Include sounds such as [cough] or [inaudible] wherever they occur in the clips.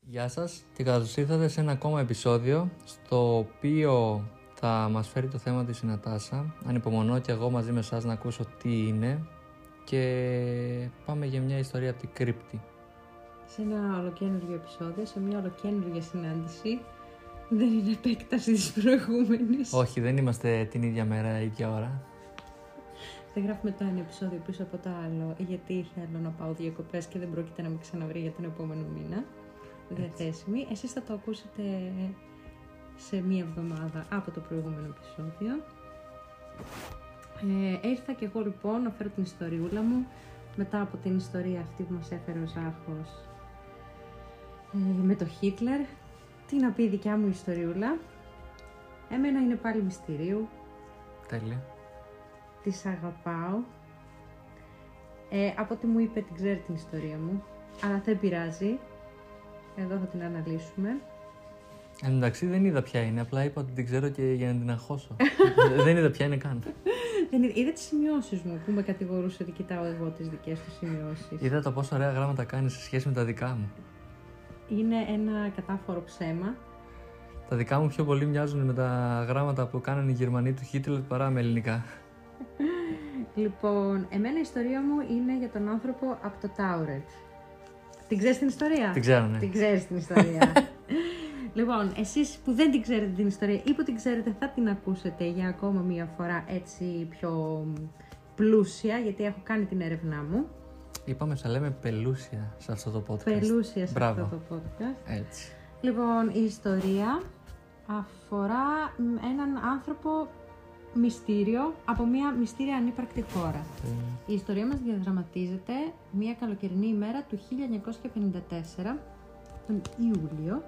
Γεια σας και καλώς ήρθατε σε ένα ακόμα επεισόδιο στο οποίο θα μας φέρει το θέμα της η Νατάσα. Ανυπομονώ και εγώ μαζί με εσάς να ακούσω τι είναι και πάμε για μια ιστορία από την κρύπτη. σε ένα ολοκένουργιο επεισόδιο, σε μια ολοκένουργια συνάντηση. Δεν είναι επέκταση της προηγούμενης. Όχι, δεν είμαστε την ίδια μέρα ή ίδια ώρα. Δεν γράφουμε το ένα επεισόδιο πίσω από το άλλο, γιατί θέλω να πάω διακοπές και δεν πρόκειται να με ξαναβρει για τον επόμενο μήνα. Διαθέσιμη. Εσείς θα το ακούσετε σε μία εβδομάδα από το προηγούμενο επεισόδιο. Ε, ήρθα και εγώ λοιπόν να φέρω την ιστοριούλα μου μετά από την ιστορία αυτή που μας έφερε ο Ζάχος ε, με το Χίτλερ. Τι να πει η δικιά μου ιστοριούλα. Εμένα είναι πάλι μυστηρίου, Τέλεια. Τις αγαπάω. Ε, από ό,τι μου είπε την ξέρει την ιστορία μου. Αλλά δεν πειράζει. Εδώ θα την αναλύσουμε. Εν τω μεταξύ δεν είδα ποια είναι, απλά είπα ότι την ξέρω και για να την αγχώσω. δεν είδα ποια είναι καν. Δεν είδα, είδα τις σημειώσεις μου που με κατηγορούσε ότι κοιτάω εγώ τις δικές του σημειώσεις. Είδα τα πόσο ωραία γράμματα κάνει σε σχέση με τα δικά μου. Είναι ένα κατάφορο ψέμα. Τα δικά μου πιο πολύ μοιάζουν με τα γράμματα που κάνανε οι Γερμανοί του Χίτλερ παρά με ελληνικά. Λοιπόν, εμένα η ιστορία μου είναι για τον άνθρωπο από το Τάουρετ. Την ξέρεις την ιστορία? Την ξέρω, ναι. Την ξέρεις την ιστορία. [laughs] λοιπόν, εσείς που δεν την ξέρετε την ιστορία ή που την ξέρετε θα την ακούσετε για ακόμα μία φορά έτσι πιο μ, πλούσια, γιατί έχω κάνει την έρευνά μου. Είπαμε θα λέμε πελούσια σε αυτό το podcast. Πελούσια σε Μπράβο. αυτό το podcast. Έτσι. Λοιπόν, η ιστορία αφορά μ, έναν άνθρωπο μυστήριο από μία μυστήρια ανύπαρκτη χώρα. Η ιστορία μας διαδραματίζεται μία καλοκαιρινή ημέρα του 1954, τον Ιούλιο,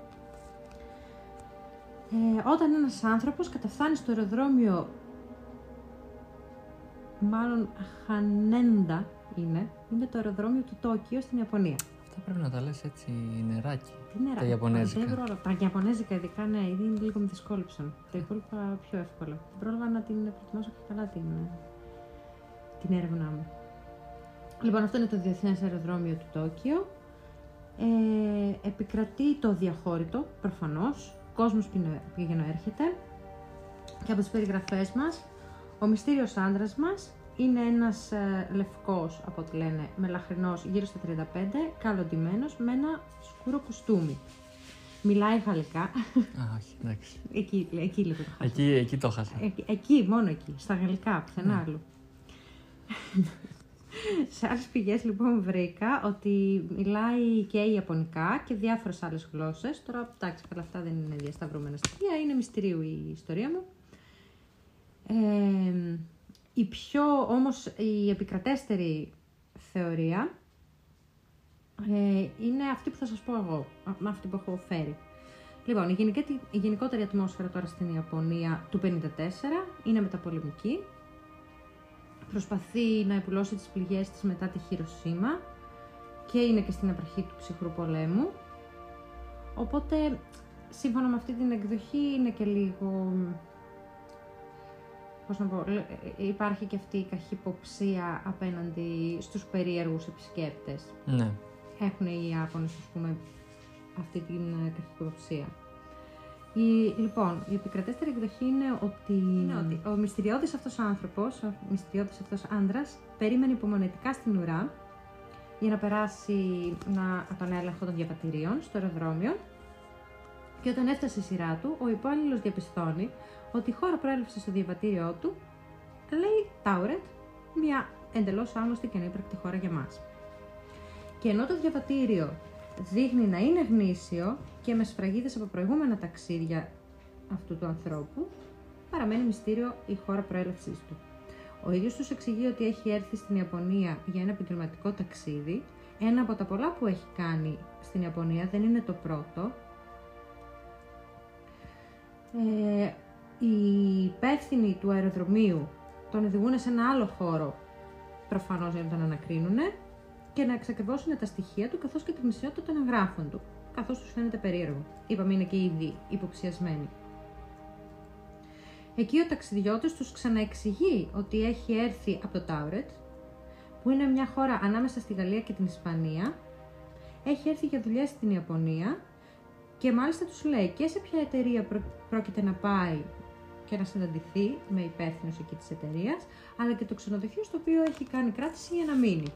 ε, όταν ένας άνθρωπος καταφθάνει στο αεροδρόμιο, μάλλον Χανέντα είναι, είναι το αεροδρόμιο του Τόκιο στην Ιαπωνία. Αυτά πρέπει να τα λες έτσι [laughs] νεράκι. Τι νερά. Τα Ιαπωνέζικα. Δεν πρόλαβα. Τα Ιαπωνέζικα ειδικά, ναι, ήδη είναι λίγο με δυσκόλυψαν. Τα υπόλοιπα πιο εύκολα. Δεν πρόλαβα να την προετοιμάσω και καλά την, την έρευνά μου. Λοιπόν, αυτό είναι το Διεθνές Αεροδρόμιο του Τόκιο. Ε, επικρατεί το διαχώρητο, προφανώς. Ο κόσμος πηγαίνω- πηγαίνω έρχεται. Και από τις περιγραφές μας, ο μυστήριος άντρας μας είναι ένας ε, λευκός, από ό,τι λένε, μελαχρινός, γύρω στα 35, καλοντημένος, με ένα σκούρο κουστούμι. Μιλάει γαλλικά. [laughs] Α, όχι, εντάξει. εκεί, εκεί λίγο το χάσα. Εκεί, εκεί το χάσα. Εκεί, Ε, εκεί, μόνο εκεί. Στα γαλλικά, πουθενά άλλο. [laughs] Σε άλλες πηγές λοιπόν βρήκα ότι μιλάει και ιαπωνικά και διάφορες άλλες γλώσσες. Τώρα, εντάξει, καλά αυτά δεν είναι διασταυρωμένα στοιχεία, είναι μυστηρίου η ιστορία μου. Ε, η πιο όμως η επικρατέστερη θεωρία ε, είναι αυτή που θα σας πω εγώ, α- με αυτή που έχω φέρει. Λοιπόν, η, γενικέτη- η γενικότερη ατμόσφαιρα τώρα στην Ιαπωνία του 54 είναι μεταπολεμική. Προσπαθεί να επουλώσει τις πληγές της μετά τη Χειροσύμα και είναι και στην απαρχή του ψυχρού πολέμου. Οπότε, σύμφωνα με αυτή την εκδοχή, είναι και λίγο πώς να πω, λ- ε, υπάρχει και αυτή η καχυποψία απέναντι στους περίεργους επισκέπτες. Ναι. Έχουν οι Ιάπωνες, ας πούμε, αυτή την ε, καχυποψία. Η, λοιπόν, η επικρατέστερη εκδοχή είναι ότι, ο μυστηριώδης αυτός άνθρωπος, ο μυστηριώδης αυτός άντρας, περίμενε υπομονετικά στην ουρά για να περάσει να, τον έλεγχο των διαβατηρίων στο αεροδρόμιο και όταν έφτασε η σειρά του, ο υπάλληλος διαπιστώνει ότι η χώρα προέλευση στο διαβατήριό του λέει Τάουρετ, μια εντελώς άγνωστη και ανύπαρκτη χώρα για μας. Και ενώ το διαβατήριο δείχνει να είναι γνήσιο και με σφραγίδες από προηγούμενα ταξίδια αυτού του ανθρώπου, παραμένει μυστήριο η χώρα προέλευση του. Ο ίδιος τους εξηγεί ότι έχει έρθει στην Ιαπωνία για ένα επαγγελματικό ταξίδι. Ένα από τα πολλά που έχει κάνει στην Ιαπωνία δεν είναι το πρώτο, ε, οι υπεύθυνοι του αεροδρομίου τον οδηγούν σε ένα άλλο χώρο, προφανώς για να τον ανακρίνουν, και να εξακριβώσουν τα στοιχεία του καθώς και τη γνησιότητα των εγγράφων του, καθώς τους φαίνεται περίεργο. Είπαμε είναι και ήδη υποψιασμένοι. Εκεί ο ταξιδιώτης τους ξαναεξηγεί ότι έχει έρθει από το Τάουρετ, που είναι μια χώρα ανάμεσα στη Γαλλία και την Ισπανία, έχει έρθει για δουλειά στην Ιαπωνία Και μάλιστα τους λέει και σε ποια εταιρεία πρό- πρόκειται να πάει και να συναντηθεί με υπεύθυνο εκεί της εταιρείας, αλλά και το ξενοδοχείο στο οποίο έχει κάνει κράτηση για να μείνει.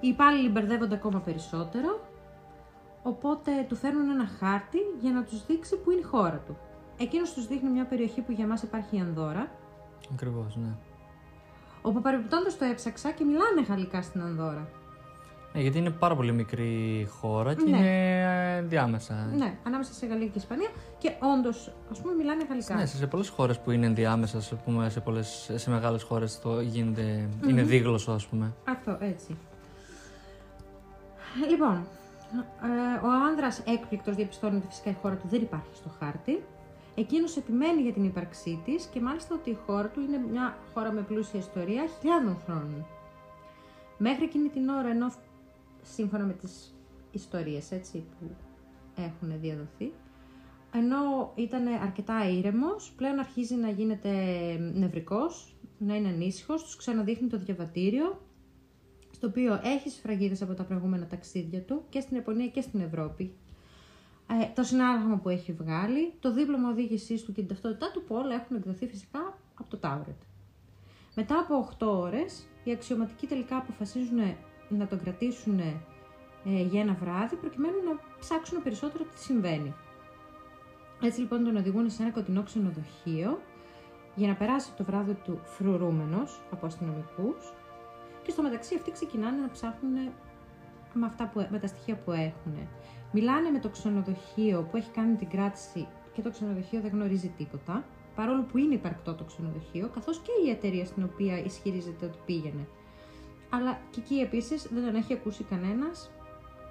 Οι υπάλληλοι μπερδεύονται ακόμα περισσότερο, οπότε του φέρνουν ένα χάρτη για να τους δείξει που είναι η χώρα του. Εκείνος τους δείχνει μια περιοχή που για μας υπάρχει η Ανδώρα, Ακριβώς, ναι. όπου παρεμπιπτόντως το έψαξα και μιλάνε γαλλικά στην Ανδώρα. Ναι, γιατί είναι πάρα πολύ μικρή χώρα και Ναι. είναι ε, διάμεσα. Ναι, ανάμεσα σε Γαλλία και Ισπανία και όντως, ας πούμε, μιλάνε γαλλικά. Ναι, σε πολλές χώρες που είναι ενδιάμεσα, ας πούμε, σε, πολλές, σε μεγάλες χώρες το γίνεται. Mm-hmm. Είναι δίγλωσσο, ας πούμε. Αυτό, έτσι. Λοιπόν, ε, ο άνδρας έκπληκτος διαπιστώνει ότι φυσικά η χώρα του δεν υπάρχει στο χάρτη. Εκείνος επιμένει για την ύπαρξή της και μάλιστα ότι η χώρα του είναι μια χώρα με πλούσια ιστορία χιλιάδων χρόνων. Μέχρι εκείνη την ώρα, ενώ σύμφωνα με τις ιστορίες έτσι, που έχουν διαδοθεί, ενώ ήταν αρκετά ήρεμος, πλέον αρχίζει να γίνεται νευρικός, να είναι ανήσυχος, τους ξαναδείχνει το διαβατήριο, στο οποίο έχει σφραγίδες από τα προηγούμενα ταξίδια του και στην Ιαπωνία και στην Ευρώπη. Ε, το συνάγμα που έχει βγάλει, το δίπλωμα οδήγησής του και την ταυτότητά του που όλα έχουν εκδοθεί φυσικά από το Τάουρετ. Μετά από 8 ώρες, οι αξιωματικοί τελικά αποφασίζουν να τον κρατήσουν ε, για ένα βράδυ προκειμένου να ψάξουν περισσότερο τι συμβαίνει. Έτσι λοιπόν τον οδηγούν σε ένα κοντινό ξενοδοχείο για να περάσει το βράδυ του φρουρούμενος από αστυνομικούς. Και στο μεταξύ αυτοί ξεκινάνε να ψάχνουν με, αυτά που, με τα στοιχεία που έχουν. Μιλάνε με το ξενοδοχείο που έχει κάνει την κράτηση και το ξενοδοχείο δεν γνωρίζει τίποτα. Παρόλο που είναι υπαρκτό το ξενοδοχείο, καθώς και η εταιρεία στην οποία ισχυρίζεται ότι πήγαινε. Αλλά και εκεί επίσης δεν τον έχει ακούσει κανένας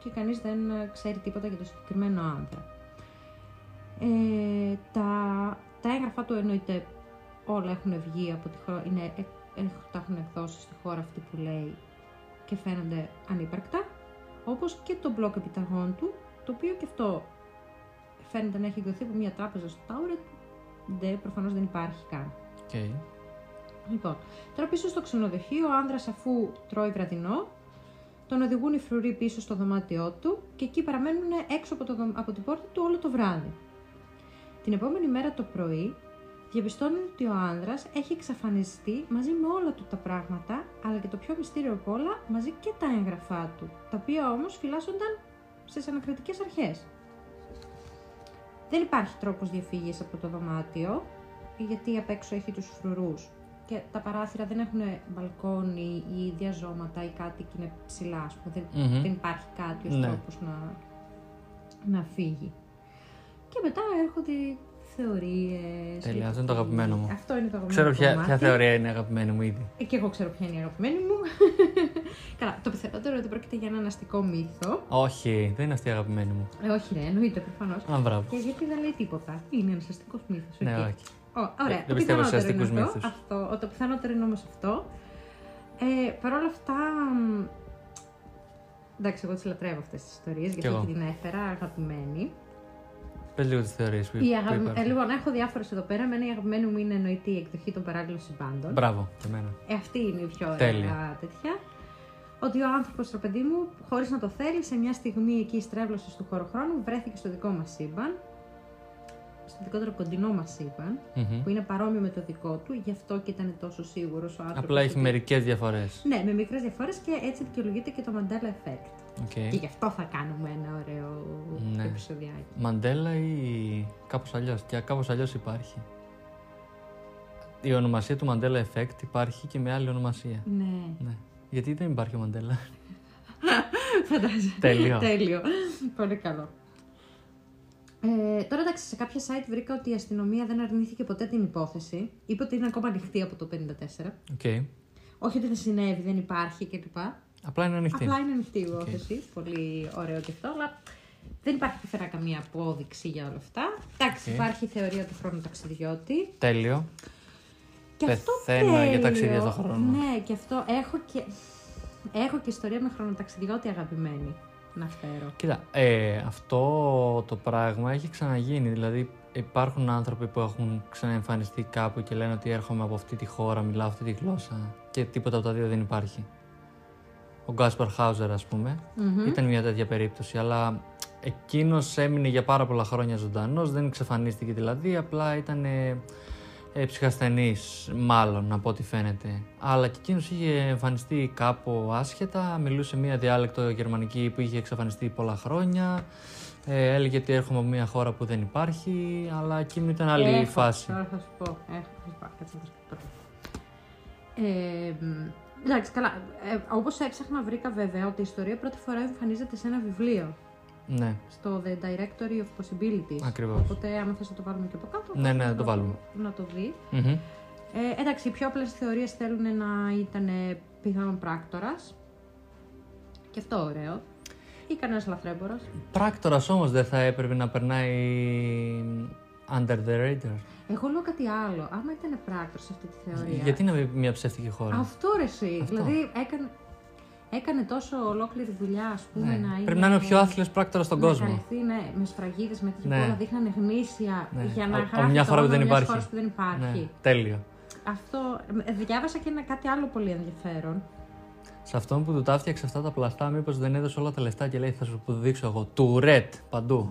και κανείς δεν ε, ξέρει τίποτα για το συγκεκριμένο άντρα. Ε, τα, τα έγγραφα του εννοείται όλα έχουν βγει από τη χώρα, είναι, ε, ε, τα έχουν εκδώσει στη χώρα αυτή που λέει και φαίνονται ανύπαρκτα, όπως και το μπλοκ επιταγών του, το οποίο και αυτό φαίνεται να έχει εκδοθεί από μια τράπεζα στο Τάουρετ, δεν, προφανώς δεν υπάρχει καν. Okay. Λοιπόν, τώρα πίσω στο ξενοδοχείο, ο άνδρας αφού τρώει βραδινό, τον οδηγούν οι φρουροί πίσω στο δωμάτιό του και εκεί παραμένουν έξω από, το, δω- από την πόρτα του όλο το βράδυ. Την επόμενη μέρα το πρωί, διαπιστώνουν ότι ο άνδρας έχει εξαφανιστεί μαζί με όλα του τα πράγματα, αλλά και το πιο μυστήριο απ' όλα, μαζί και τα έγγραφά του, τα οποία όμως φυλάσσονταν στις ανακριτικές αρχές. Δεν υπάρχει τρόπος διαφύγης από το δωμάτιο, γιατί απ' έξω έχει τους φρουρούς και τα παράθυρα δεν έχουν μπαλκόνι ή διαζώματα ή κάτι και είναι ψηλά, ας πούμε. Δεν, Μμμ. δεν υπάρχει κάτι ως Ναι. τρόπος να, να φύγει. Και μετά έρχονται οι θεωρίες. Τέλεια, για αυτό είναι το αγαπημένο μου. Αυτό είναι το αγαπημένο Ξέρω μου ποια, κομμάτι. ποια θεωρία είναι αγαπημένη μου ήδη. Ε, Και εγώ ξέρω ποια είναι η αγαπημένη μου. [laughs] Καλά, το πιθανότερο είναι ότι πρόκειται για ένα αναστικό μύθο. Όχι, δεν είναι αυτή η αγαπημένη μου. Ε, όχι, ρε, εννοείται προφανώς. Α, μπράβο. Και γιατί δεν λέει τίποτα. Είναι ένας αστικός μύθος. Ναι, όχι. ωραία. Ε, Δεν το πιστεύω σε πιθανότερο είναι αστικούς αυτό, μύθους. Αυτό, το πιθανότερο είναι όμως αυτό. Ε, Παρ' όλα αυτά. μ, Εντάξει, εγώ τις λατρεύω αυτές τις ιστορίες, γιατί εγώ. και την έφερα αγαπημένη. Πες λίγο τις θεωρίες που, Η που αγαπη- υπάρχουν. ε, λοιπόν, έχω διάφορες εδώ πέρα. Εμένα η αγαπημένη μου είναι εννοείται η εκδοχή των παράλληλων συμπάντων. Μπράβο, και εμένα. Ε, αυτή είναι η πιο ωραία Τέλεια. τέτοια. Ότι ο άνθρωπος, το παιδί μου, χωρίς να το θέλει, σε μια στιγμή εκεί στρέβλωσης του χωροχρόνου, βρέθηκε στο δικό μας σύμπαν. Στο δικότερο κοντινό μας σύμπαν, Μμμ. που είναι παρόμοιο με το δικό του, γι' αυτό και ήταν τόσο σίγουρος ο άνθρωπος. Απλά έχει μερικές διαφορές. Ναι, με μικρές διαφορές και έτσι δικαιολογείται και το Mandela Effect. Και Okay. γι' αυτό θα κάνουμε ένα ωραίο Ναι. επεισοδιάκι. Μαντέλα ή κάπως αλλιώς. Και κάπως αλλιώς υπάρχει. Η ονομασία του Mandela Effect υπάρχει και με άλλη ονομασία. Ναι, Ναι. Γιατί δεν υπάρχει ο Mandela. φαντάζομαι. Τέλειο. [laughs] Τέλειο. Πολύ καλό. Ε, τώρα εντάξει, σε κάποια site βρήκα ότι η αστυνομία δεν αρνήθηκε ποτέ την υπόθεση. Είπε ότι είναι ακόμα ανοιχτή από το 54. Okay. Όχι ότι δεν συνέβη, δεν υπάρχει κλπ. Απλά είναι ανοιχτή. Απλά είναι ανοιχτή η υπόθεση. Πολύ ωραίο και αυτό, αλλά δεν υπάρχει πουθενά καμία απόδειξη για όλα αυτά. Εντάξει, Οκ. υπάρχει η θεωρία του χρόνου ταξιδιώτη. Τέλειο. Και αυτό Πεθαίνω για τέλειο. ταξίδια στον χρόνο. Ναι, και αυτό έχω και, έχω και ιστορία με χρονοταξιδιώτη αγαπημένη να φέρω. Κοίτα, ε, αυτό το πράγμα έχει ξαναγίνει. Δηλαδή, υπάρχουν άνθρωποι που έχουν ξαναεμφανιστεί κάπου και λένε ότι έρχομαι από αυτή τη χώρα, μιλάω αυτή τη γλώσσα και τίποτα από τα δύο δεν υπάρχει. ο Γκάσπαρ Χάουζερ, ας πουμε Μμμ. Ήταν μια τέτοια περίπτωση. Αλλά εκείνος έμεινε για πάρα πολλά χρόνια ζωντανός, δεν εξαφανίστηκε δηλαδή, απλά ήταν ε, ε, ψυχασθενή, μάλλον από ό,τι φαίνεται. Αλλά και εκείνος είχε εμφανιστεί κάπου άσχετα, μιλούσε μια διάλεκτο γερμανική που είχε εξαφανιστεί πολλά χρόνια. Ε, έλεγε ότι έρχομαι από μια χώρα που δεν υπάρχει, αλλά εκείνη ήταν άλλη Έχω, φάση. Τώρα θα σου πω. Έχω, θα σου πω. Κάτσε να το σκεφτώ. Ε, μ, εντάξει, καλά. Ε, Όπως έψαχνα, βρήκα βέβαια ότι η ιστορία πρώτη φορά εμφανίζεται σε ένα βιβλίο. Ναι, Στο The Directory of Possibilities. ακριβώς. Οπότε, άμα θες να το βάλουμε και από κάτω. Ναι, ναι, να το βάλουμε. Να το δει. Μμμ. Ε, εντάξει, οι πιο απλές θεωρίες θέλουν να ήταν πιθανόν πράκτορας. Και αυτό ωραίο. Ή κανένας λαθρέμπορος. Πράκτορας όμως δεν θα έπρεπε να περνάει under the radar. Εγώ λέω κάτι άλλο. Άμα ήταν πράκτορας αυτή τη θεωρία. Γιατί να μην μια ψεύτικη χώρα. Αυτό ρε εσύ. Δηλαδή έκανε, έκανε τόσο ολόκληρη δουλειά, ας πούμε, Ναι. να είναι... Πρέπει να είναι ο πιο άθλιος πράκτορας στον να κόσμο. καλυφθεί, ναι, με σφραγίδες, με Ναι. τίποτα, όλα δείχνανε γνήσια Ναι. για να Από- από γράφει μια το χώρα που δεν όνομα μιας υπάρχει. χώρας που δεν υπάρχει. Ναι, τέλειο. Αυτό, ε, διάβασα και ένα κάτι άλλο πολύ ενδιαφέρον. Σε αυτόν που του τα φτιάξε αυτά τα πλαστά, μήπως δεν έδωσε όλα τα λεφτά και λέει θα σου που δείξω εγώ. Τουρέτ παντού.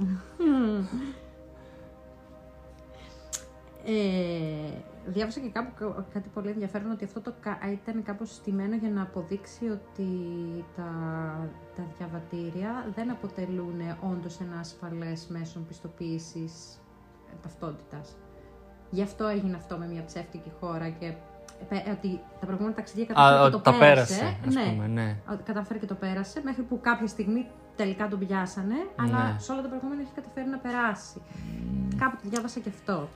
Ε, διάβασα και κάπου κα- κάτι πολύ ενδιαφέρον ότι αυτό το κα- ήταν κάπως στημένο για να αποδείξει ότι τα, τα διαβατήρια δεν αποτελούν όντως ένα ασφαλές μέσο πιστοποίησης ε, ταυτότητας. Γι' αυτό έγινε αυτό με μια ψεύτικη χώρα και πε- ότι τα προηγούμενα ταξίδια καταφέρει Α, και ότι το τα πέρασε, ας ναι, πούμε, ναι. ότι καταφέρει και το πέρασε μέχρι που κάποια στιγμή τελικά τον πιάσανε, Ναι. αλλά σε όλα τα προηγούμενα έχει καταφέρει να περάσει. Κάπου το διάβασα και αυτό.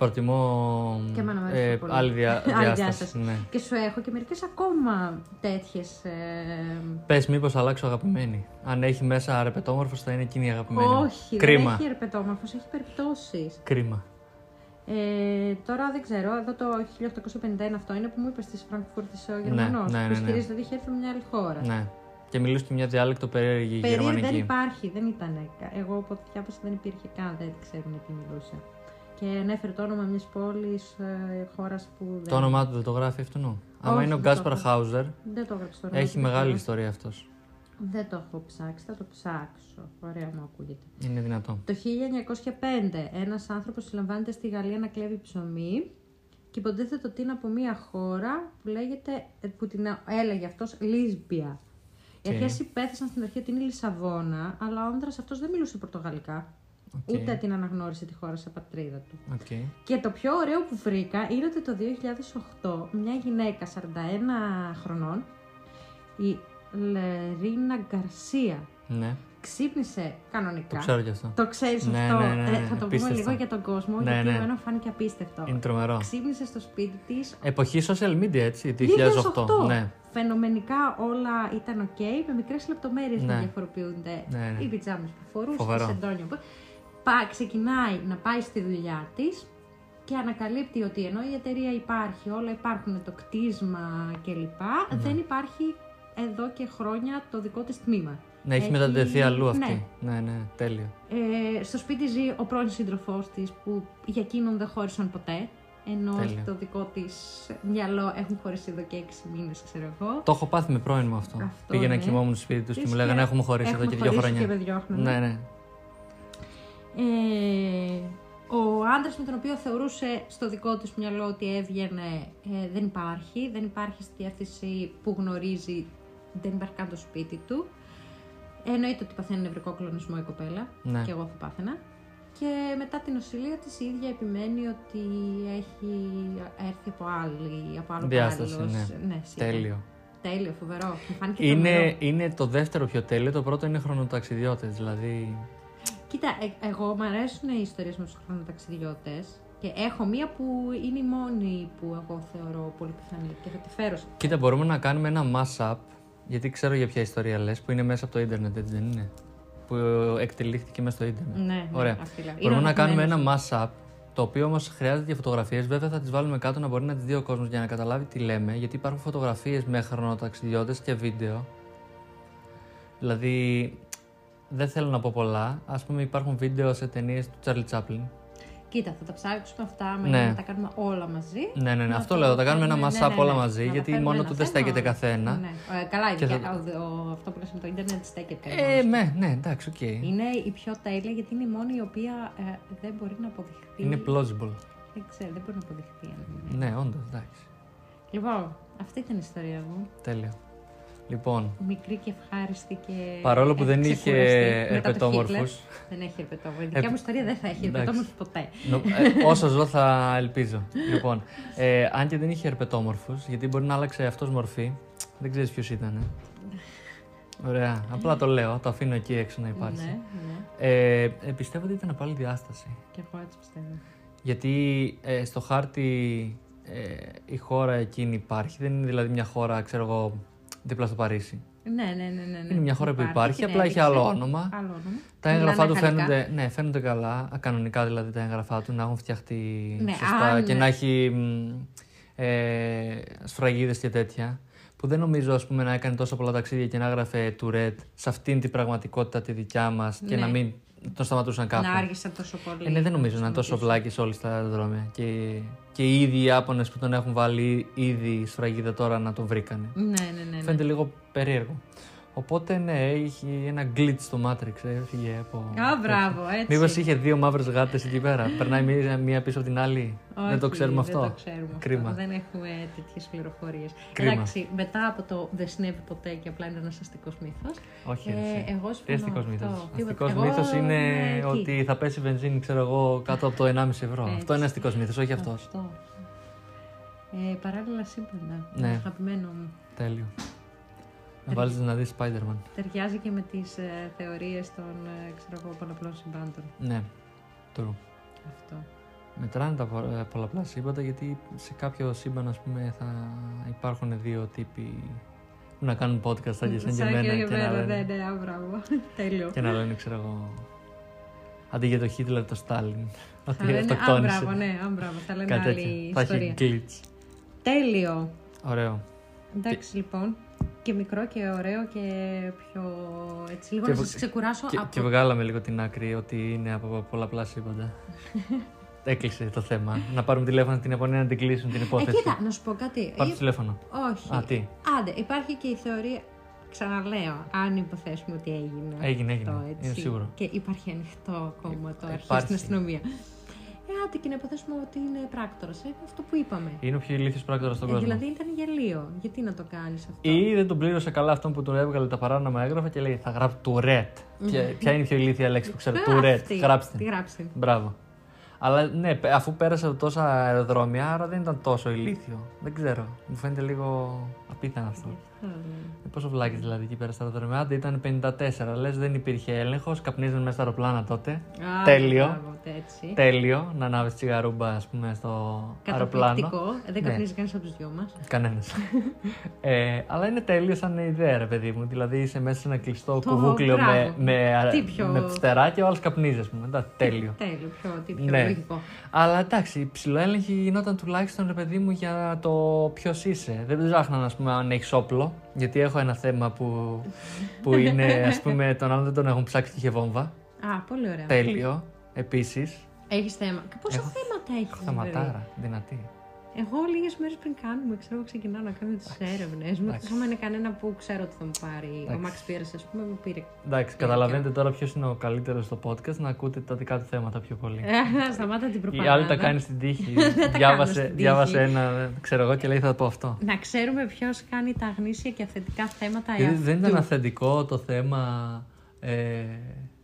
Προτιμώ Και εμένα μου ε, αρέσει πολύ. άλλη δια- [laughs] Άλλη διάσταση. διάσταση. ναι. Και σου έχω και μερικές ακόμα τέτοιες... Ε, Πες, μήπως αλλάξω αγαπημένη. Αν έχει μέσα αρεπετόμορφος, θα είναι εκείνη η αγαπημένη. μου. όχι, δεν Κρίμα. έχει ερπετόμορφος, έχει περιπτώσεις. Κρίμα. Ε, τώρα δεν ξέρω, εδώ το 1851 αυτό είναι που μου είπες της Φραγκφούρτη ο Γερμανός, ναι, ναι, ναι. που ισχυρίζεται ότι είχε έρθει από μια άλλη χώρα. Ναι. Και μιλούσε και μια διάλεκτο περίεργη Περίεργη δεν γερμανική. υπάρχει, δεν ήταν. Εγώ από ό,τι διάβασα δεν υπήρχε καν, δεν ξέρουν τι μιλούσε. Και ανέφερε το όνομα μιας πόλης, χώρας που δεν. Το όνομά του δεν το γράφει αυτόν. Άμα Όχι, είναι ο δεν το Γκάσπαρ έχω. Χάουζερ, Δεν το ναι. έγραψε το όνομα. έχει του, μεγάλη δεν ιστορία αυτός. ξέρω. Δεν το έχω ψάξει, θα το ψάξω. Ωραία μου ακούγεται. Είναι δυνατό. Το 1905 ένας άνθρωπος συλλαμβάνεται στη Γαλλία να κλέβει ψωμί και υποτίθεται ότι είναι από μια χώρα που λέγεται, ε, που την έλεγε αυτός Λίσμπια. Οι Οκ. αρχές υπέθεσαν στην αρχή ότι είναι η Λισαβόνα, αλλά ο άνδρας αυτός δεν μιλούσε πορτογαλικά. Οκ. Ούτε την αναγνώρισε τη χώρα σε πατρίδα του. Οκ. Και το πιο ωραίο που βρήκα είναι ότι το 2008 μια γυναίκα 41 χρονών, η Λερίνα Γκαρσία, Ναι. ξύπνησε κανονικά. Το ξέρω κι αυτό. Το ξέρεις Ναι, αυτό. ναι, ναι, Ε, ναι, θα το πούμε απίστευτο. λίγο για τον κόσμο, Ναι, γιατί ναι. εμένα μου φάνηκε απίστευτο. Είναι τρομερό. Ξύπνησε στο σπίτι της. Εποχή social media, έτσι. 2008. Ναι. Φαινομενικά όλα ήταν οκ, με μικρές λεπτομέρειες Ναι. να διαφοροποιούνται. Ναι, ναι. Οι πιτζάμες που φορούσες, Φοβερό. το σεντόνιο που. Πα, ξεκινάει να πάει στη δουλειά της και ανακαλύπτει ότι ενώ η εταιρεία υπάρχει, όλα υπάρχουν, το κτίσμα κλπ. Ναι. Δεν υπάρχει εδώ και χρόνια το δικό της τμήμα. Ναι, έχει Έχει- μετατεθεί αλλού ναι. αυτή. Ναι, ναι, τέλειο. Ε, στο σπίτι ζει ο πρώην σύντροφός της που για εκείνον δεν χώρισαν ποτέ. Ενώ Τέλεια. έχει το δικό της μυαλό έχουν χωρίσει εδώ και 6 μήνες, ξέρω εγώ. Το έχω πάθει με πρώην μου αυτό. Αυτό, Πήγαινα ναι. κοιμόμουν στο σπίτι τους και Τις μου λέγανε και- Έχουμε χωρίσει εδώ έχουμε και δύο χωρίσει χρόνια. και με διώχνουν. Ναι, ναι. Ε, ο άντρας με τον οποίο θεωρούσε στο δικό του μυαλό ότι έβγαινε ε, δεν υπάρχει. Δεν υπάρχει στη διεύθυνση που γνωρίζει, δεν υπάρχει καν το σπίτι του. Εννοείται ότι παθαίνει νευρικό κλονισμό η κοπέλα. Ναι. Και εγώ θα πάθαινα. Και μετά την νοσηλεία της η ίδια επιμένει ότι έχει έρθει από άλλη, από άλλο Διάσταση, παράλληλος. ναι. σίγουρα. Τέλειο. Τέλειο, φοβερό. Μου φάνηκε τρομερό. Είναι, είναι το δεύτερο πιο τέλειο. Το πρώτο είναι χρονοταξιδιώτες. Δηλαδή. Κοίτα, ε- εγώ μου αρέσουν οι ιστορίες με τους χρονοταξιδιώτες. Και έχω μία που είναι η μόνη που εγώ θεωρώ πολύ πιθανή και θα τη φέρω. σε- Κοίτα, μπορούμε να κάνουμε ένα mass-up, γιατί ξέρω για ποια ιστορία λες, που είναι μέσα από το ίντερνετ, έτσι δεν είναι. Που εκτελήχθηκε μέσα στο ίντερνετ. Ναι, ναι, Ωραία. αυτή λέω. Είναι Μπορούμε να κάνουμε αναδεικμένες. ένα mass-up, το οποίο όμως χρειάζεται και φωτογραφίες. Βέβαια θα τις βάλουμε κάτω να μπορεί να τις δει ο κόσμος για να καταλάβει τι λέμε, γιατί υπάρχουν φωτογραφίες με χρονοταξιδιώτες και βίντεο. Δηλαδή, δεν θέλω να πω πολλά. Ας πούμε υπάρχουν βίντεο σε ταινίες του Charlie Chaplin. κοίτα, θα τα ψάξουμε αυτά, με Ναι. να τα κάνουμε όλα μαζί. Ναι, ναι, ναι, Να αυτό λέω. Θα κάνουμε ένα ναι, ναι, mass-up ναι, όλα ναι. μαζί, Να τα γιατί φέρουμε μόνο ένα του δεν θέμα. στέκεται καθένα. Ναι. Ε, καλά, Και ειδικά, θα- ο- ο- αυτό που λες με το Ιντερνετ στέκεται. Ε, ναι, ναι, εντάξει, οκ. Είναι η πιο τέλεια γιατί είναι η μόνη η οποία ε, δεν μπορεί να αποδειχθεί. Είναι plausible. Δεν ξέρω, δεν μπορεί να αποδειχθεί. αν είναι. Ναι, όντως, εντάξει. Λοιπόν, αυτή ήταν η ιστορία μου. Τέλεια. Λοιπόν, Μικρή και ευχάριστη και. Παρόλο που δεν είχε ξεκουραστή. Μετά το ερπετόμορφους. Χίτλερ, Δεν έχει ερπετόμορφου. Η δικιά μου ιστορία δεν θα έχει εντάξει. ερπετόμορφου ποτέ. νο- ε, όσο ζω θα ελπίζω. λοιπόν, ε, αν και δεν είχε ερπετόμορφους, γιατί μπορεί να άλλαξε αυτός μορφή, δεν ξέρεις ποιος ήταν. ε. Ωραία. Απλά το λέω, το αφήνω εκεί έξω να υπάρχει. Ναι, ναι. Ε, ε, πιστεύω ότι ήταν πάλι διάσταση. Και εγώ έτσι πιστεύω. Γιατί ε, στο χάρτη ε, η χώρα εκείνη υπάρχει, δεν είναι δηλαδή μια χώρα, ξέρω εγώ, δίπλα στο Παρίσι. Ναι, ναι, ναι. ναι, ναι. Είναι μια χώρα που υπάρχει, και απλά ναι, έχει έδειξε. άλλο όνομα. Άλλο όνομα. Τα Μιλάνε έγγραφά του γαλλικά. φαίνονται, ναι, φαίνονται καλά, α, κανονικά δηλαδή τα έγγραφά του, να έχουν φτιαχτεί Ναι, σωστά αν- και να έχει μ, ε, σφραγίδες και τέτοια. Που δεν νομίζω ας πούμε, να έκανε τόσο πολλά ταξίδια και να έγραφε του Ρετ σε αυτήν την πραγματικότητα τη δικιά μας και Ναι. να μην τον σταματούσαν κάπου. Να άργησαν τόσο πολύ. Ε, ναι, δεν νομίζω να είναι τόσο βλάκες όλοι στα αεροδρόμια. Και, και οι ίδιοι οι Ιάπωνες που τον έχουν βάλει ήδη σφραγίδα τώρα να τον βρήκανε. Ναι, ναι, ναι. ναι. Φαίνεται λίγο περίεργο. Οπότε ναι, είχε ένα glitch στο Matrix, έφυγε από. Α, μπράβο, έτσι. Μήπως είχε δύο μαύρε γάτες εκεί [laughs] πέρα. Περνάει μία- μία πίσω από την άλλη. Όχι, δεν το ξέρουμε αυτό. Δεν το ξέρουμε Κρίμα. αυτό. Δεν έχουμε τέτοιες πληροφορίες. Κρίμα. Εντάξει, μετά από το δεν συνέβη ποτέ και απλά είναι ένας αστικός μύθος. Όχι, Ε, εσύ. εγώ Τι συμφωνώ. αστικός αυτό. μύθος. Τίποτα. Αστικός Εγώ μύθος είναι είμαι εκεί. ότι θα πέσει βενζίνη, ξέρω εγώ, κάτω από το 1,5 ευρώ. Έτσι. Αυτό είναι αστικός μύθος, όχι αυτός. Αυτό. Ε, παράλληλα σύμπαντα. Ναι. Ναι. Αγαπημένο μου. Τέλειο. Να βάλεις να δεις Spider-Man. Ταιριάζει και με τις ε, θεωρίες των ε, ξέρω εγώ, πολλαπλών συμπάντων. Ναι, true. Αυτό. Μετράνε τα πο- ε, πολλαπλά σύμπαντα γιατί σε κάποιο σύμπαν ας πούμε θα υπάρχουν δύο τύποι που να κάνουν podcast σαν και σαν και εμένα και, να λένε, ναι, ναι, α, μπράβο. [laughs] Τέλειο. και να λένε ξέρω εγώ αντί για το Χίτλερ το Στάλιν Θα ότι λένε, α, αυτοκτόνησε μπράβο, ναι, α, μπράβο. Θα λένε κάτι άλλη τέτοιο θα έχει ιστορία. glitch Τέλειο. ωραίο Εντάξει λοιπόν. Και μικρό και ωραίο και πιο έτσι λίγο Και να βγ- σας ξεκουράσω και, από... και βγάλαμε λίγο την άκρη ότι είναι από πολλαπλά [laughs] σύμπαντα έκλεισε το θέμα να πάρουμε τηλέφωνο στην Ιαπωνία να την κλείσουν την Ε, υπόθεση κοίτα, να σου πω κάτι. πάρε Ε, το τηλέφωνο Όχι. Α, τι. Άντε, υπάρχει και η θεωρία. Ξαναλέω, αν υποθέσουμε ότι έγινε. Έγινε, έγινε. αυτό, έτσι. Είναι σίγουρο. Και υπάρχει ανοιχτό ακόμα το αρχείο υπάρχει. στην αστυνομία. Ε, άντε και να υποθέσουμε ότι είναι πράκτορας. Ε, αυτό που είπαμε. είναι ο πιο ηλίθιος πράκτορας στον Ε, κόσμο δηλαδή ήταν γελίο. Γιατί να το κάνεις αυτό. Ή δεν τον πλήρωσε καλά αυτόν που του έβγαλε τα παράνομα έγγραφα και λέει θα γράψει τουρέτ. Και ποια είναι η πιο ηλίθια λέξη που ξέρω, Ε, τουρέτ. αυτή. Γράψτε. Τι γράψτε. Μπράβο. Αλλά ναι, πε- αφού πέρασε από τόσα αεροδρόμια, άρα δεν ήταν τόσο ηλίθιο. Δεν ξέρω. Μου φαίνεται λίγο απίθανο αυτό. Αυτό, ναι. Ε, Πόσο βλάκι δηλαδή εκεί πέρα στα αεροδρόμια. Άντε ήταν 54. Λες δεν υπήρχε έλεγχος. Καπνίζαν μέσα στα αεροπλάνα τότε. Α, Τέλειο. μπράβο, έτσι. Τέλειο να ανάβεις τσιγαρούμπα, ας πούμε, στο αεροπλάνο. Καταπληκτικό. Δεν Ναι. καπνίζει κανείς από τους δυο μας. Κανένας. [laughs] ε, αλλά είναι τέλειο σαν ιδέα, ρε παιδί μου. Δηλαδή είσαι μέσα σε ένα κλειστό Το κουβούκλιο με, μπράβο. με, α- Τι πιο- με φτερά και ο άλλος καπνίζει, ας πούμε. Εντάξει, τέλειο. Τέλειο, πιο, τι πιο Ναι. λογικό. αλλά εντάξει, η ψηλοέλεγχη γινόταν τουλάχιστον, ρε παιδί μου, για το ποιος είσαι. Δεν ψάχναν, ας πούμε, αν έχεις όπλο. Γιατί έχω ένα θέμα που, που είναι, ας πούμε, τον άλλον δεν τον έχουν ψάξει και είχε βόμβα. Α, πολύ ωραία. τέλειο. ε. Επίσης. Έχεις θέμα. Και Πόσα Έχω- θέματα δηλαδή? έχεις. Θεματάρα, δυνατή. Εγώ λίγες μέρες πριν κάνουμε, ξέρω, ξεκινάω να κάνω τις έρευνε μου. Εντάξει. Άμα είναι κανένα που ξέρω ότι θα μου πάρει. Ο Εντάξει. Μαξ Πίερς, ας πούμε, μου πήρε. Εντάξει, καταλαβαίνετε τώρα ποιος είναι ο καλύτερος στο podcast να ακούτε τα δικά του θέματα πιο πολύ. Ε, [laughs] Σταμάτα την Η προπαγάνδα. άλλη τα κάνει στην [laughs] τύχη. ναι. τα διάβασε, κάνω στην διάβασε τύχη. ένα, ξέρω εγώ, και λέει θα πω αυτό. Να ξέρουμε ποιος κάνει τα αγνήσια και αθεντικά θέματα. Γιατί εαυτού. Ε, δεν ήταν αυθεντικό το θέμα. Ε, [laughs]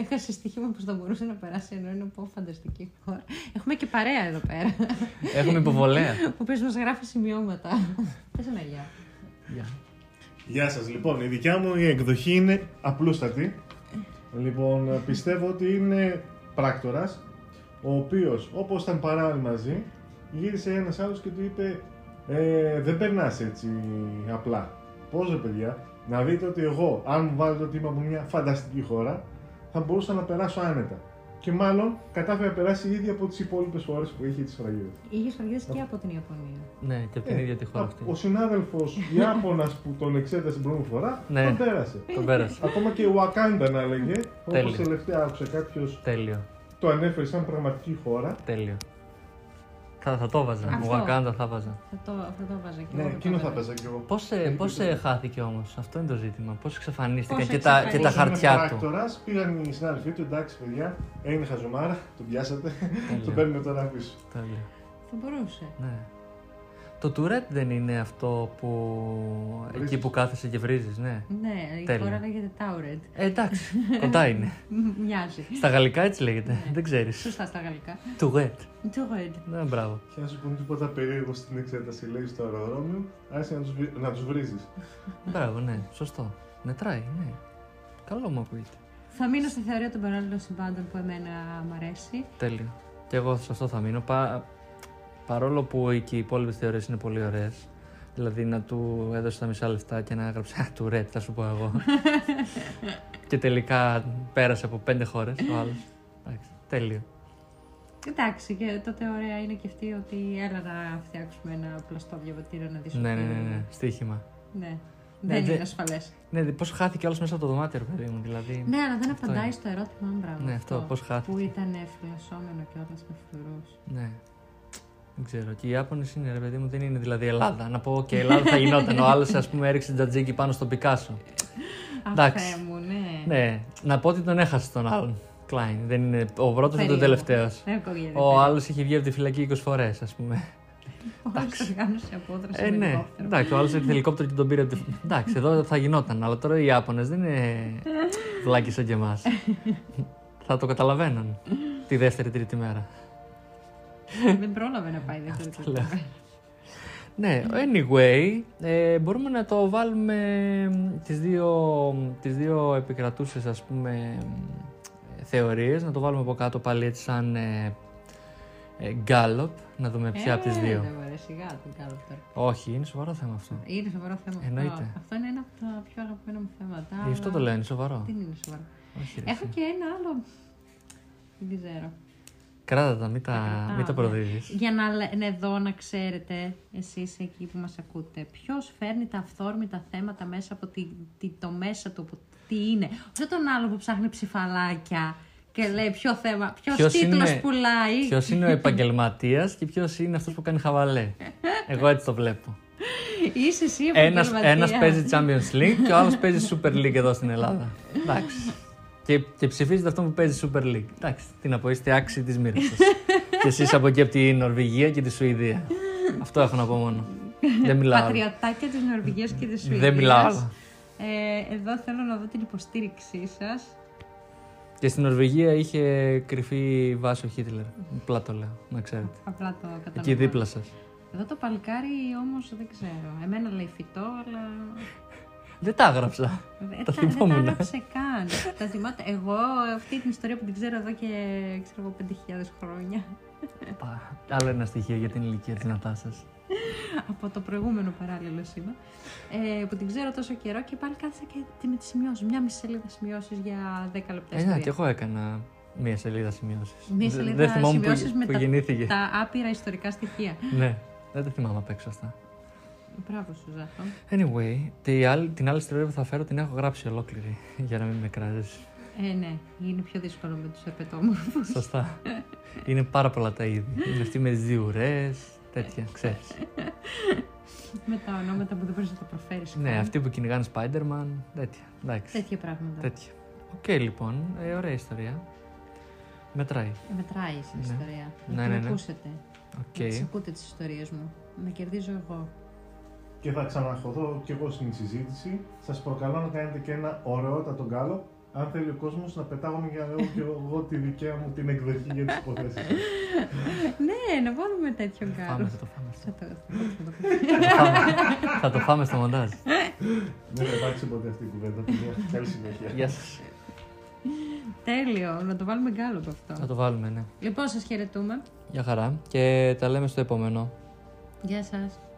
Έχασε στοίχημα που θα μπορούσε να περάσει ενώ είναι από φανταστική χώρα. Έχουμε και παρέα εδώ πέρα. [laughs] έχουμε υποβολέα. Ο οποίο μας γράφει [laughs] σημειώματα. Πες ένα γεια. Γεια. Γεια σας, λοιπόν, η δικιά μου η εκδοχή είναι απλούστατη. Λοιπόν, πιστεύω ότι είναι πράκτορας, ο οποίος, όπως ήταν παράλληλοι μαζί, γύρισε ένας άλλος και του είπε «Ε, δεν περνάς έτσι απλά. Πώς ρε παιδιά, να δείτε ότι εγώ, αν μου βάλετε ότι είμαι από μια φανταστική χώρα, θα μπορούσα να περάσω άνετα. και μάλλον κατάφερε να περάσει ήδη από τις υπόλοιπες χώρες που είχε τις σφραγίδε. Είχε σφραγίδε και από την Ιαπωνία. Ναι, και από την ίδια τη χώρα αυτή. Ο συνάδελφος Ιάπωνας που τον εξέτασε την πρώτη φορά Ναι. τον πέρασε. Το πέρασε. Ακόμα και η Wakanda να λέγε, όπως Τέλεια. τελευταία άκουσε κάποιος Τέλειο. το ανέφερε σαν πραγματική χώρα. Τέλειο. Θα, θα το βάζα. Αυτό. Wakanda θα βάζα. Θα το, θα το βάζα και Ναι, εγώ το εκείνο θα έβαζα. παίζα κι εγώ. Πώς πώς, ε, χάθηκε όμως, αυτό είναι το ζήτημα. Πώς εξαφανίστηκαν Πώς και, τα, και τα εξαφανίστηκαν. χαρτιά του. Πράκτορα πήγαν οι συνάδελφοί του, εντάξει παιδιά, έγινε χαζομάρα, τον πιάσατε, τον Τέλεια. παίρνουμε τώρα πίσω. Τέλειο. Θα μπορούσε. Ναι. Το Tourette δεν είναι αυτό που. Βρίζεις. εκεί που κάθεσαι και βρίζεις, ναι. Ναι, η Τέλεια. χώρα λέγεται Tauret. Ε, εντάξει, κοντά είναι. [laughs] [laughs] Μοιάζει. Στα γαλλικά έτσι λέγεται, δεν ξέρεις. Σωστά στα γαλλικά. Tourette. Tauret. Ναι, μπράβο. Και να σου πούνε τίποτα περίεργο στην εξέταση, λέει στο αεροδρόμιο, άρχισε να τους, βρι- να τους βρίζεις. Μπράβο, ναι, σωστό. Μετράει, ναι. Καλό μου ακούγεται. Θα μείνω στη θεωρία των παράλληλων συμβάντων που εμένα μου αρέσει. Τέλειο. Και εγώ σε αυτό θα μείνω. Πα... Παρόλο που οι- και οι υπόλοιπες θεωρίες είναι πολύ ωραίες. Δηλαδή να του έδωσε τα μισά λεφτά και να έγραψε «Α, του ρετ, θα σου πω εγώ. και τελικά πέρασε από πέντε χώρες ο άλλος. Τέλειο. Εντάξει, και τότε ωραία είναι και αυτή ότι έλα να φτιάξουμε ένα πλαστό διαβατήριο να δεις ναι, ότι- ναι, ναι, ναι. Στοίχημα. Ναι. Ναι, Δεν δε- είναι ασφαλές. Ναι, πώς χάθηκε όλος μέσα από το δωμάτιο, ρε παιδί μου. Δηλαδή. Ναι, αλλά δεν απαντάει είναι. στο ερώτημα, μπράβο. Ναι, αυτό, πώς χάθηκε. Που ήταν φλασσόμενο κιόλας με φλουρού. Ναι. Δεν ξέρω. Και οι Ιάπωνες είναι, ρε παιδί μου, δεν είναι δηλαδή Ελλάδα. Να πω και η Ελλάδα θα γινόταν. Ο άλλος, ας πούμε, έριξε τζατζίκι πάνω στο Πικάσο. Εντάξει. Αφέ μου, ναι. Ναι, να πω ότι τον έχασε τον άλλον. Κλάιν. Δεν είναι ο πρώτος και ο Περίεργο. τελευταίος. Δεν κοβγαίνει. Ο άλλος είχε βγει από τη φυλακή 20 φορές, ας πούμε. Εντάξει. σε απόδραση. Ε, με ναι. ελικόπτερο. Εντάξει, ο άλλος ήρθε ελικόπτερο και τον πήρε από τη. Εντάξει, εδώ θα γινόταν. Αλλά τώρα οι Ιάπωνες δεν είναι βλάκοι σαν και εμάς. [laughs] θα το καταλαβαίναν τη δεύτερη τρίτη μέρα. Δεν πρόλαβε να πάει δεύτερο Αυτά τουρ. λέω. Ναι, anyway, ε, μπορούμε να το βάλουμε μ, τις δύο, τις δύο επικρατούσες ας πούμε μ, θεωρίες, να το βάλουμε από κάτω πάλι έτσι σαν ε, ε, γκάλωπ, να δούμε ποια από τις Ε, δύο. Δεν μπορεί, σιγά τον κάνω τώρα. Όχι, είναι σοβαρό θέμα αυτό. Είναι σοβαρό θέμα. Εννοείται. Αυτό. αυτό είναι ένα από τα πιο αγαπημένα μου θέματα. Γι' αυτό αλλά το λέω, είναι σοβαρό. Δεν είναι σοβαρό. Όχι, ρε. Έχω και ένα άλλο. Δεν ξέρω. Κράτα τα, μην τα, κρατάω, μην τα ναι. προδίδεις. Για να λέ- ναι, εδώ να ξέρετε, εσείς εκεί που μας ακούτε, ποιος φέρνει τα αυθόρμητα θέματα μέσα από τη, τη- το μέσα του, από τι είναι. Όχι τον άλλο που ψάχνει ψηφαλάκια και λέει ποιο θέμα, ποιος, Ποιος τίτλος είναι- πουλάει. Ποιος είναι ο επαγγελματίας και ποιος είναι αυτός που κάνει χαβαλέ. Εγώ έτσι το βλέπω. Είσαι εσύ Ένας, επαγγελματία. ένας παίζει Champions League και ο άλλος παίζει Super League εδώ στην Ελλάδα. Εντάξει. Και, και ψηφίζετε αυτόν που παίζει Super League. Εντάξει, τι να πω, είστε άξιοι της μοίρας σας. και εσείς από εκεί από τη Νορβηγία και τη Σουηδία. Αυτό έχω να πω μόνο. Δεν μιλάω. άλλο. Πατριωτάκια της Νορβηγίας και της Σουηδίας. Δεν μιλάω άλλο. Ε, εδώ θέλω να δω την υποστήριξή σας. Και στην Νορβηγία είχε κρυφή βάση ο Χίτλερ. Απλά το λέω, να ξέρετε. Απλά το κατανοώ. Εκεί δίπλα σας. Εδώ το παλικάρι όμως δεν ξέρω. Εμένα λέει φυτό, αλλά Δεν τα έγραψα. Δεν Τα τα, δεν τα θυμόμουν. έγραψε καν. τα θυμάται. Εγώ αυτή την ιστορία που την ξέρω εδώ και ξέρω εγώ 5.000 χρόνια. Πα, Άλλο ένα στοιχείο για την ηλικία της Νατάσας. από το προηγούμενο παράλληλο σήμα. Ε, που την ξέρω τόσο καιρό και πάλι κάθισα και τη- με τις σημειώσεις. Μια μισή σελίδα σημειώσεις για 10 λεπτά. Ε, ναι, και εγώ έκανα μία σελίδα σημειώσεις. Μία Δε- σελίδα Δεν θυμόμουν που, σημειώσεις με που τα- γεννήθηκε. Τα άπειρα ιστορικά στοιχεία. Ναι, δεν τα θυμάμαι απ' έξω αυτά. Μπράβο σου, Ζάχο. Anyway, τη άλλη, την άλλη ιστορία που θα φέρω την έχω γράψει ολόκληρη [laughs] για να μην με κράζεις. Ε, ναι, είναι πιο δύσκολο με τους ερπετόμορφου. Σωστά. Είναι πάρα πολλά τα είδη. Είναι αυτή με τις δύο ουρές, τέτοια, ξέρεις. με τα ονόματα που δεν μπορείς να τα προφέρεις. ναι, αυτοί που κυνηγάνε Spider-Man, τέτοια. Εντάξει. Τέτοια πράγματα. τέτοια. Οκ, λοιπόν, ε, ωραία ιστορία. Μετράει. Ε, Μετράει η Ναι. ιστορία. Ναι, να την ναι, ναι. ακούσετε. Οκ. Να τις ακούτε τις ιστορίες μου. Να κερδίζω εγώ. Και θα ξαναχωθώ κι εγώ στην συζήτηση. Σας προκαλώ να κάνετε και ένα ωραιότατο γκάλο, αν θέλει ο κόσμος να πετάγομαι για να λέω και εγώ τη δικιά μου την εκδοχή για τις υποθέσεις. σας. ναι, να βάλουμε τέτοιο Ε, Πάμε, γκάρο. θα το φάμε. Θα το- θα το- θα, το φάμε. θα το φάμε στο μοντάζ. Δεν θα υπάρξει ποτέ αυτή η κουβέντα. παιδιά. Καλή συνέχεια. Γεια σας. Τέλειο, να το βάλουμε γκάλο από Θα αυτό. το βάλουμε, ναι. Λοιπόν, σας χαιρετούμε. Γεια χαρά και τα λέμε στο επόμενο. Γεια σας.